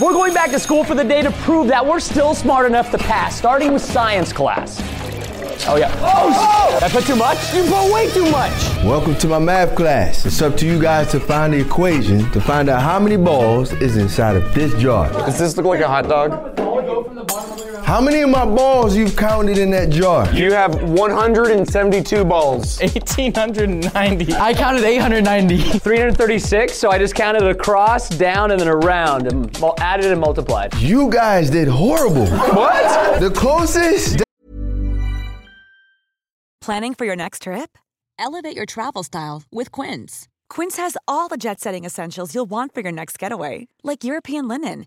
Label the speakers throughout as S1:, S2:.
S1: We're going back to school for the day to prove that we're still smart enough to pass, starting with science class. Oh, yeah. Oh, Did I put too much? You put way too much.
S2: Welcome to my math class. It's up to you guys to find the equation to find out how many balls is inside of this jar.
S3: Does this look like a hot dog?
S2: How many of my balls you've counted in that jar?
S3: You have 172 balls.
S4: 1890. I counted 890.
S1: 336, so I just counted across, down, and then around, and mul- added and multiplied.
S2: You guys did horrible.
S3: What?
S2: The closest
S5: Planning for your next trip? Elevate your travel style with Quince. Quince has all the jet setting essentials you'll want for your next getaway, like European linen,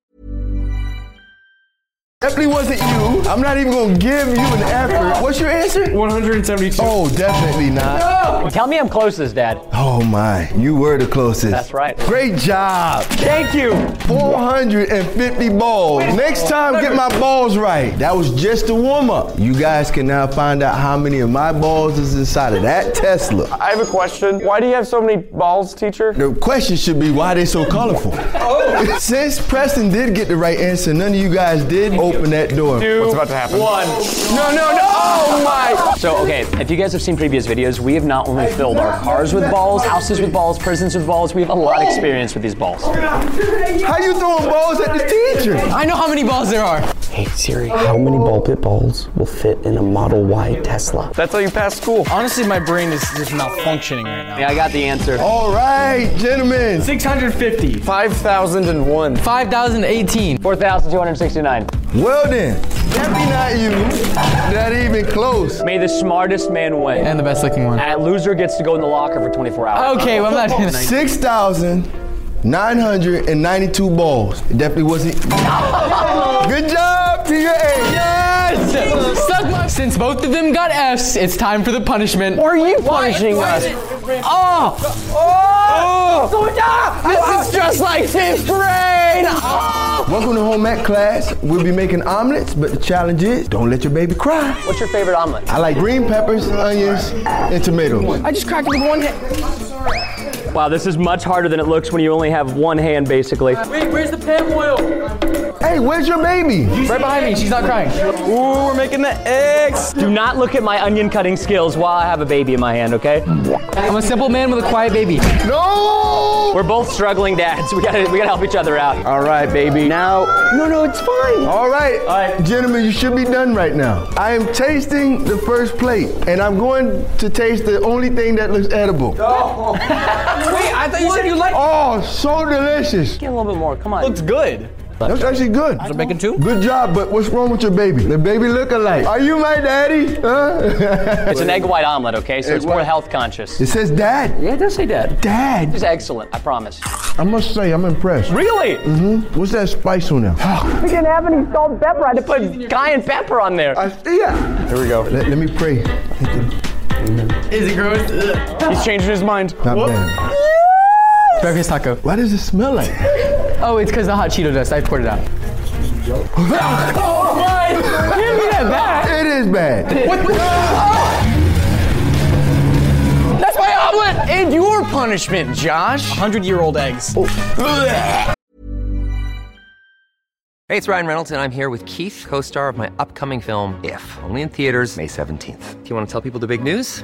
S2: definitely wasn't you. I'm not even gonna give you an effort. What's your answer?
S4: 172.
S2: Oh, definitely not.
S1: Tell me I'm closest, Dad.
S2: Oh my, you were the closest.
S1: That's right.
S2: Great job.
S1: Thank you.
S2: 450 balls. Next time, get my balls right. That was just a warm up. You guys can now find out how many of my balls is inside of that Tesla.
S3: I have a question. Why do you have so many balls, teacher?
S2: The question should be why they so colorful. Oh. Since Preston did get the right answer, none of you guys did open that door.
S3: What's about to happen?
S2: No, no, no. Oh my.
S1: So, okay, if you guys have seen previous videos, we have not only filled our cars with balls, houses with balls, prisons with balls, we have a lot of experience with these balls.
S2: How you throwing balls at the teacher?
S4: I know how many balls there are.
S6: Hey Siri, how many ball pit balls will fit in a Model Y Tesla?
S3: That's how you pass school.
S4: Honestly, my brain is just not functioning right now.
S1: Yeah, I got the answer.
S2: All right, gentlemen.
S4: 650.
S3: 5,001.
S4: 5018.
S1: 4,269.
S2: Well then, definitely not you. Not even close.
S1: May the smartest man win.
S4: And the best looking one.
S1: And loser gets to go in the locker for 24 hours.
S4: Okay, well, I'm not doing that.
S2: 6,992 balls. It definitely wasn't. Good job, TA.
S4: Suck my- Since both of them got F's, it's time for the punishment.
S1: Are you punishing us?
S4: Oh! Oh! This is just like fifth grade! Oh!
S2: Welcome to home ec class. We'll be making omelets, but the challenge is don't let your baby cry.
S1: What's your favorite omelet?
S2: I like green peppers, onions, and tomatoes.
S4: I just cracked it with one hand.
S1: Wow, this is much harder than it looks when you only have one hand, basically.
S2: Hey, where's your baby?
S4: Right behind me, she's not crying. Ooh, we're making the X.
S1: Do not look at my onion cutting skills while I have a baby in my hand, okay?
S4: I'm a simple man with a quiet baby.
S2: No!
S1: We're both struggling dads. We gotta, we gotta help each other out.
S3: All right, baby. Now.
S1: No, no, it's fine.
S2: All right.
S1: All right.
S2: gentlemen, you should be done right now. I am tasting the first plate, and I'm going to taste the only thing that looks edible.
S4: Wait, I thought you said you liked
S2: Oh, so delicious.
S1: Get a little bit more. Come on.
S4: Looks good.
S2: That's actually good.
S4: Making two?
S2: Good job, but what's wrong with your baby? The baby look alike. Are you my daddy? Huh?
S1: It's an egg white omelet, okay? So it's more health conscious.
S2: it says dad.
S1: Yeah, it does say dad.
S2: Dad.
S1: It's excellent, I promise.
S2: I must say, I'm impressed.
S1: Really?
S2: What's that spice on there?
S1: We didn't have any salt and pepper. I had to put guy and pepper on there.
S2: I see it.
S3: Here we go.
S2: Let, let me pray.
S4: Is it gross?
S3: He's changing his mind.
S2: Not bad.
S4: Breakfast taco.
S2: Why does it smell like?
S4: Oh, it's because the hot Cheeto dust. I poured it out.
S1: Oh
S4: Give me that back.
S2: It is bad.
S4: What? punishment, Josh.
S3: 100 year old eggs.
S7: Hey, it's Ryan Reynolds, and I'm here with Keith, co star of my upcoming film, If, only in theaters, May 17th. Do you want to tell people the big news?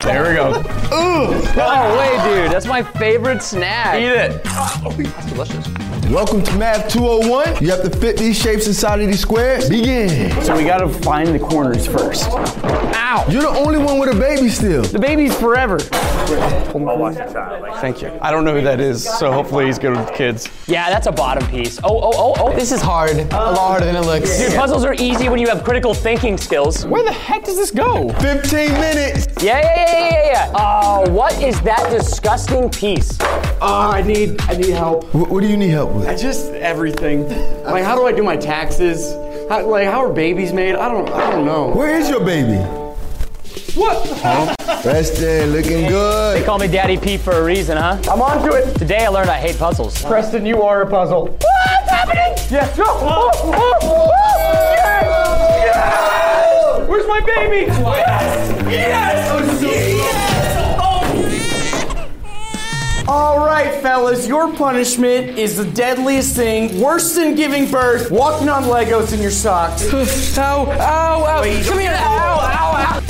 S3: There we go.
S1: No way, dude. That's my favorite snack.
S3: Eat it.
S2: Oh, Welcome to Math 201. You have to fit these shapes inside of these squares. Begin.
S3: So we gotta find the corners first. Ow!
S2: You're the only one with a baby still.
S3: The baby's forever. Thank you. I don't know who that is, so hopefully he's good with kids.
S1: Yeah, that's a bottom piece. Oh, oh, oh, oh.
S4: This is hard. a lot harder than it looks.
S1: Dude, puzzles are easy when you have critical thinking skills.
S3: Where the heck does this go?
S2: 15 minutes.
S1: Yeah, yeah, yeah, yeah, yeah, yeah. Uh, what is that disgusting piece?
S3: Oh, I need I need help.
S2: Wh- what do you need help with?
S3: Just everything. Like how do I do my taxes? How, like how are babies made? I don't I don't know.
S2: Where is your baby?
S3: What?
S2: That's there, looking
S1: They
S2: good.
S1: call me Daddy P for a reason, huh?
S3: I'm onto it.
S1: Today I learned I hate puzzles.
S3: Preston, you are a puzzle.
S1: What's happening?
S3: Yes. No. Oh, oh, oh. Yes. Yes. Where's my baby? Yes. Yes. Yes.
S4: All right, fellas, your punishment is the deadliest thing, worse than giving birth, walking on Legos in your socks. ow, ow, ow. Come here. Ow, ow, ow.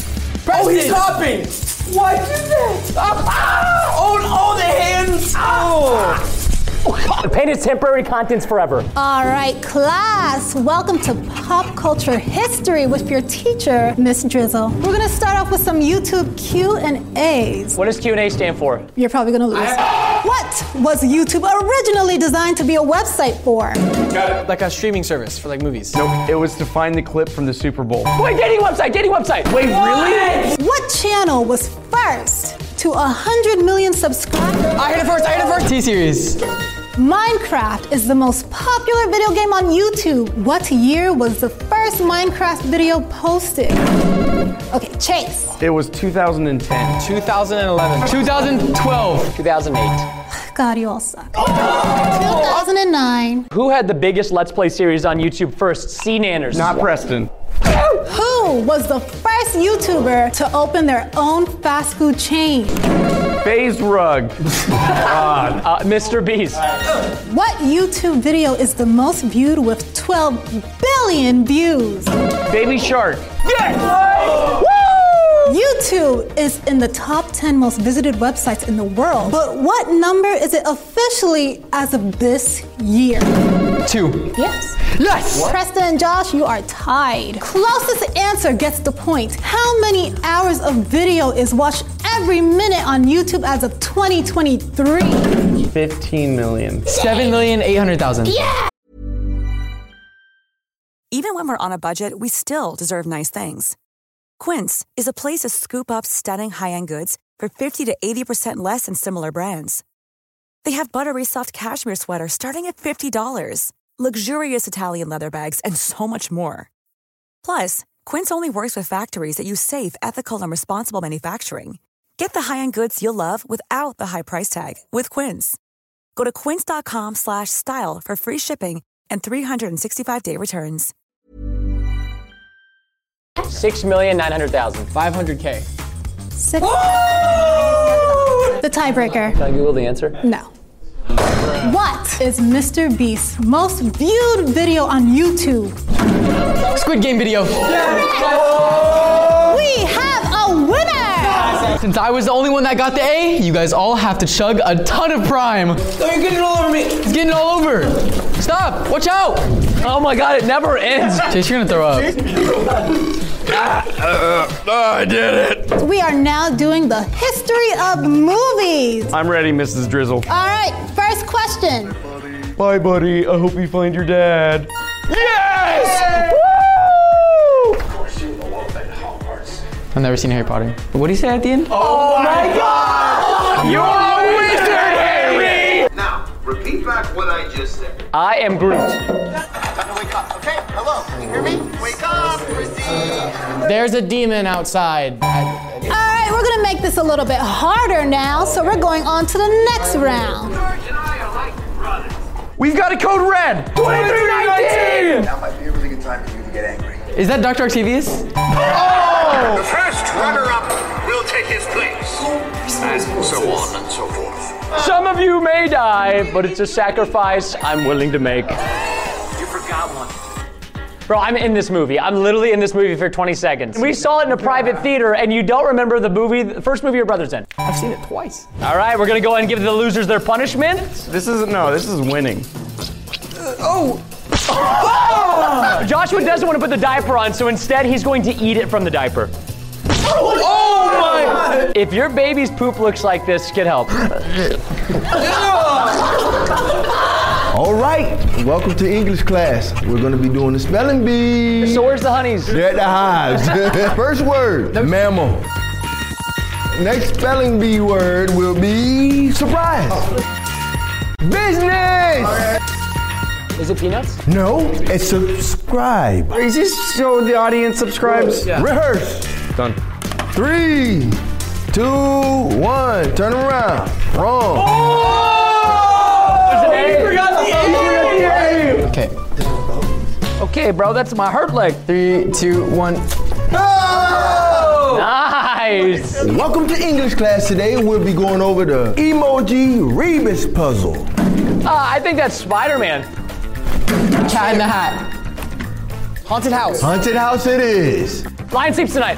S4: Oh, he's hopping. Why do that? Ah, ah. Oh, oh, the hands. Oh.
S1: The pain is temporary contents forever.
S8: All right, class, welcome to Pop Culture History with your teacher, Miss Drizzle. We're gonna start off with some YouTube Q and A's.
S1: What does Q&A stand for?
S8: You're probably gonna lose. What was YouTube originally designed to be a website for?
S4: Like a streaming service for like movies.
S3: Nope. It was to find the clip from the Super Bowl.
S1: Wait, dating website, dating website. Wait, really?
S8: What channel was first to 100 million subscribers?
S4: I hit it first. I hit it first. T series.
S8: Minecraft is the most popular video game on YouTube. What year was the first Minecraft video posted? Okay, Chase.
S3: It was 2010.
S4: 2011. 2012.
S1: 2008.
S8: God, you all suck. 2009.
S1: Who had the biggest Let's Play series on YouTube first? C Nanners.
S3: Not Preston.
S8: Who was the first YouTuber to open their own fast food chain?
S3: Phase rug. God.
S1: uh, Mr. Beast.
S8: What YouTube video is the most viewed with 12 billion views?
S3: Baby shark.
S8: YouTube is in the top 10 most visited websites in the world. But what number is it officially as of this year?
S4: Two.
S8: Yes.
S4: Yes.
S8: Preston and Josh, you are tied. Closest answer gets the point. How many hours of video is watched every minute on YouTube as of 2023?
S3: 15 million.
S4: Seven million eight hundred thousand.
S5: Even when we're on a budget, we still deserve nice things. Quince is a place to scoop up stunning high-end goods for 50 to 80% less than similar brands. They have buttery soft cashmere sweaters starting at $50, luxurious Italian leather bags, and so much more. Plus, Quince only works with factories that use safe, ethical, and responsible manufacturing. Get the high-end goods you'll love without the high price tag with Quince. Go to quince.com/style slash style for free shipping and 365-day returns.
S1: 6,900,000.
S4: 500k.
S8: Six. The tiebreaker.
S1: Can I Google the answer?
S8: No. What is Mr. Beast's most viewed video on YouTube?
S4: Squid Game video.
S8: We have a winner!
S9: Since I was the only one that got the A, you guys all have to chug a ton of prime. Oh, you're getting it all over me. It's getting it all over. Stop. Watch out. Oh my god, it never ends. Chase, you're gonna throw up.
S3: I did it.
S8: We are now doing the history of movies.
S10: I'm ready, Mrs. Drizzle.
S8: All right, first question.
S10: Bye, buddy. I hope you find your dad.
S3: Yes!
S9: I've never seen Harry Potter. What do you say at the end?
S3: Oh my God! You're a wizard, Harry.
S11: Now, repeat back what I just said.
S1: I am Groot.
S11: Wake up, okay? Hello, can you hear me? Wake up,
S9: There's a demon outside.
S8: All right, we're gonna make this a little bit harder now, so we're going on to the next round.
S9: We've got a code red.
S3: 2319!
S11: Now might be a really good time for you to get angry.
S9: Is that Dr. Octavius?
S11: Oh! The first runner-up will take his place. And so on and so forth.
S1: Some of you may die, but it's a sacrifice I'm willing to make.
S11: You forgot one.
S1: Bro, I'm in this movie. I'm literally in this movie for 20 seconds. We saw it in a private theater, and you don't remember the movie, the first movie your brother's in.
S9: I've seen it twice.
S1: All right, we're gonna go ahead and give the losers their punishment.
S10: This isn't, no, this is winning.
S1: Oh! Joshua doesn't want to put the diaper on, so instead he's going to eat it from the diaper. Oh my! If your baby's poop looks like this, get help.
S2: All right, welcome to English class. We're gonna be doing the spelling bee.
S1: So where's the honeys?
S2: They're at the hives. First word, mammal. Next spelling bee word will be surprise.
S3: Oh.
S2: Business.
S1: Is it peanuts?
S2: No, it's subscribe.
S4: Is this so the audience subscribes?
S2: Rehearse.
S10: Done.
S2: Three, two, one. Turn around. Wrong.
S9: Okay. Okay, bro, that's my hurt leg. Three, two, one.
S1: Oh! Nice. Uh,
S2: Welcome to English class. Today we'll be going over the emoji rebus puzzle.
S1: Ah, I think that's Spider-Man.
S9: Cat in the hat. Haunted house.
S2: Haunted house it is.
S1: Lion sleeps tonight.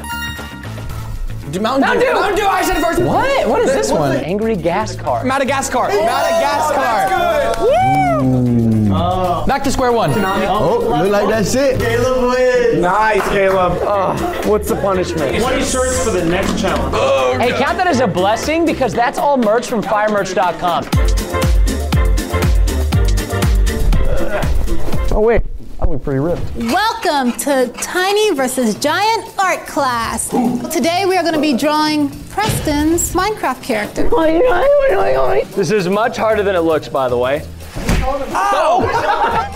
S9: Do Mountain,
S1: Mountain
S9: Dew.
S1: Dew.
S9: Mountain Dew. I said it first. What? What is this
S1: What's
S9: one?
S1: it? Angry gas car.
S9: Madagascar. Madagascar. Back to square one.
S2: Oh, look like that's it.
S10: Caleb wins. Nice, Caleb.
S1: what's the punishment?
S12: 20 shirts for the next challenge.
S1: Hey, count that as a blessing because that's all merch from firemerch.com.
S4: Oh wait, that looked pretty ripped.
S8: Welcome to Tiny versus Giant art class. Today we are gonna be drawing Preston's Minecraft character.
S1: This is much harder than it looks, by the way. Oh!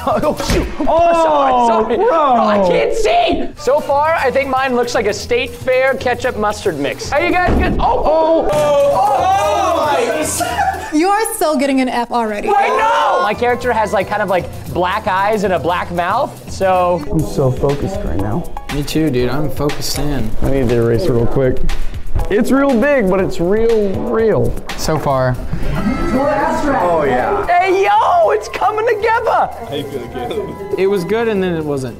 S1: oh shoot!
S3: Oh,
S1: sorry, sorry.
S3: bro.
S1: I can't see. So far, I think mine looks like a state fair ketchup mustard mix. Are you guys good? Oh! Oh!
S8: You are still getting an F already.
S1: My character has like kind of like black eyes and a black mouth, so
S6: I'm so focused right now.
S9: Me too, dude. I'm focused in.
S4: I need the eraser real quick. It's real big, but it's real, real.
S9: So far.
S4: Oh yeah.
S1: Hey yo, it's coming together.
S9: It was good and then it wasn't.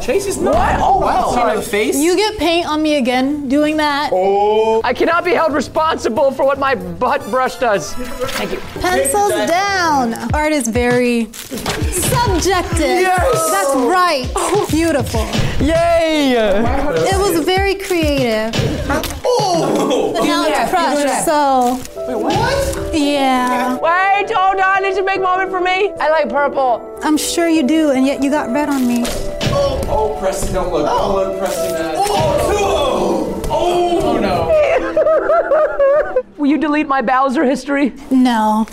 S4: Chase is
S1: not- What? Oh, wow.
S8: You get paint on me again doing that.
S1: Oh. I cannot be held responsible for what my butt brush does. Thank you.
S8: Pencils down. Art is very subjective.
S1: Yes.
S8: That's right. Beautiful.
S9: Yay!
S8: It was very creative. Oh! Now
S1: Yeah,
S8: it's crushed,
S1: yeah.
S8: so. Yeah.
S1: Wait, hold on. It's a big moment for me. I like purple.
S8: I'm sure you do, and yet you got red on me.
S3: Oh, oh, Preston, don't look. Don't look, Preston. Oh, oh, no.
S1: Will you delete my Bowser history?
S8: No.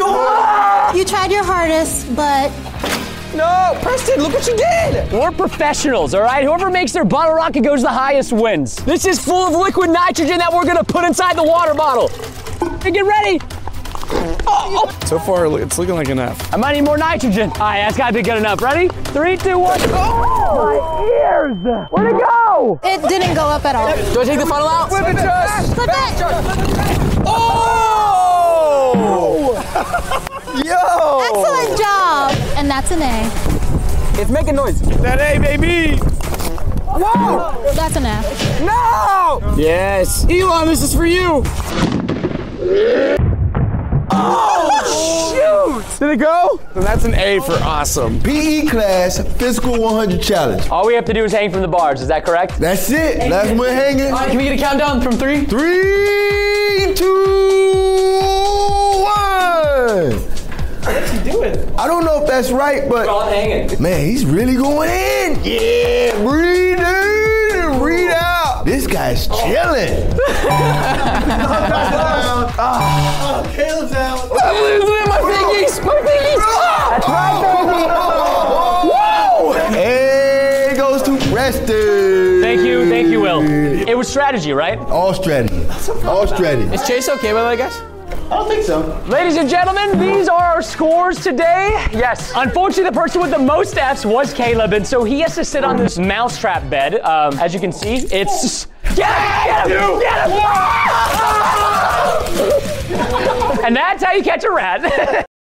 S8: You tried your hardest, but
S1: No, Preston, look what you did! We're professionals, all right? Whoever makes their bottle rocket goes the highest wins. This is full of liquid nitrogen that we're gonna put inside the water bottle. And get ready! Oh, oh.
S4: So far, it's looking like an F.
S1: I might need more nitrogen. All right, that's gotta be good enough. Ready? Three, two, one. Oh, my ears! Where'd it go?
S8: it didn't go up at all.
S9: Do I take the funnel out?
S8: Flip it, Josh! Flip it!
S4: Oh! Yo!
S8: Excellent job! And that's an A.
S9: It's making noise.
S4: That A, baby!
S3: Whoa!
S8: That's an F.
S3: No!
S4: Yes. Elon, this is for you.
S2: Oh, shoot! Did it go? that's an A for awesome. PE E class, physical 100 challenge.
S1: All we have to do is hang from the bars. Is that correct?
S2: That's it. Last one hanging.
S9: All right, can we get a countdown from three?
S2: Three, two, one. What's he doing? I don't know if that's right, but man, he's really going in. Yeah, breathe in, breathe out. This guy's chilling. Ah.
S3: Oh, Caleb's out. I'm
S9: losing it. My
S3: pinkies. My pinkies. That's
S2: right, baby. Hey, goes to Preston.
S1: Thank you, thank you, Will. It was strategy, right?
S2: All strategy. All strategy.
S9: Is Chase okay by the way, guys?
S1: I don't think so. Ladies and gentlemen, these are our scores today. Yes. Unfortunately, the person with the most Fs was Caleb, and so he has to sit on this mousetrap bed. Um, as you can see, it's. Get him! Get him! Get him! and that's how you catch a rat.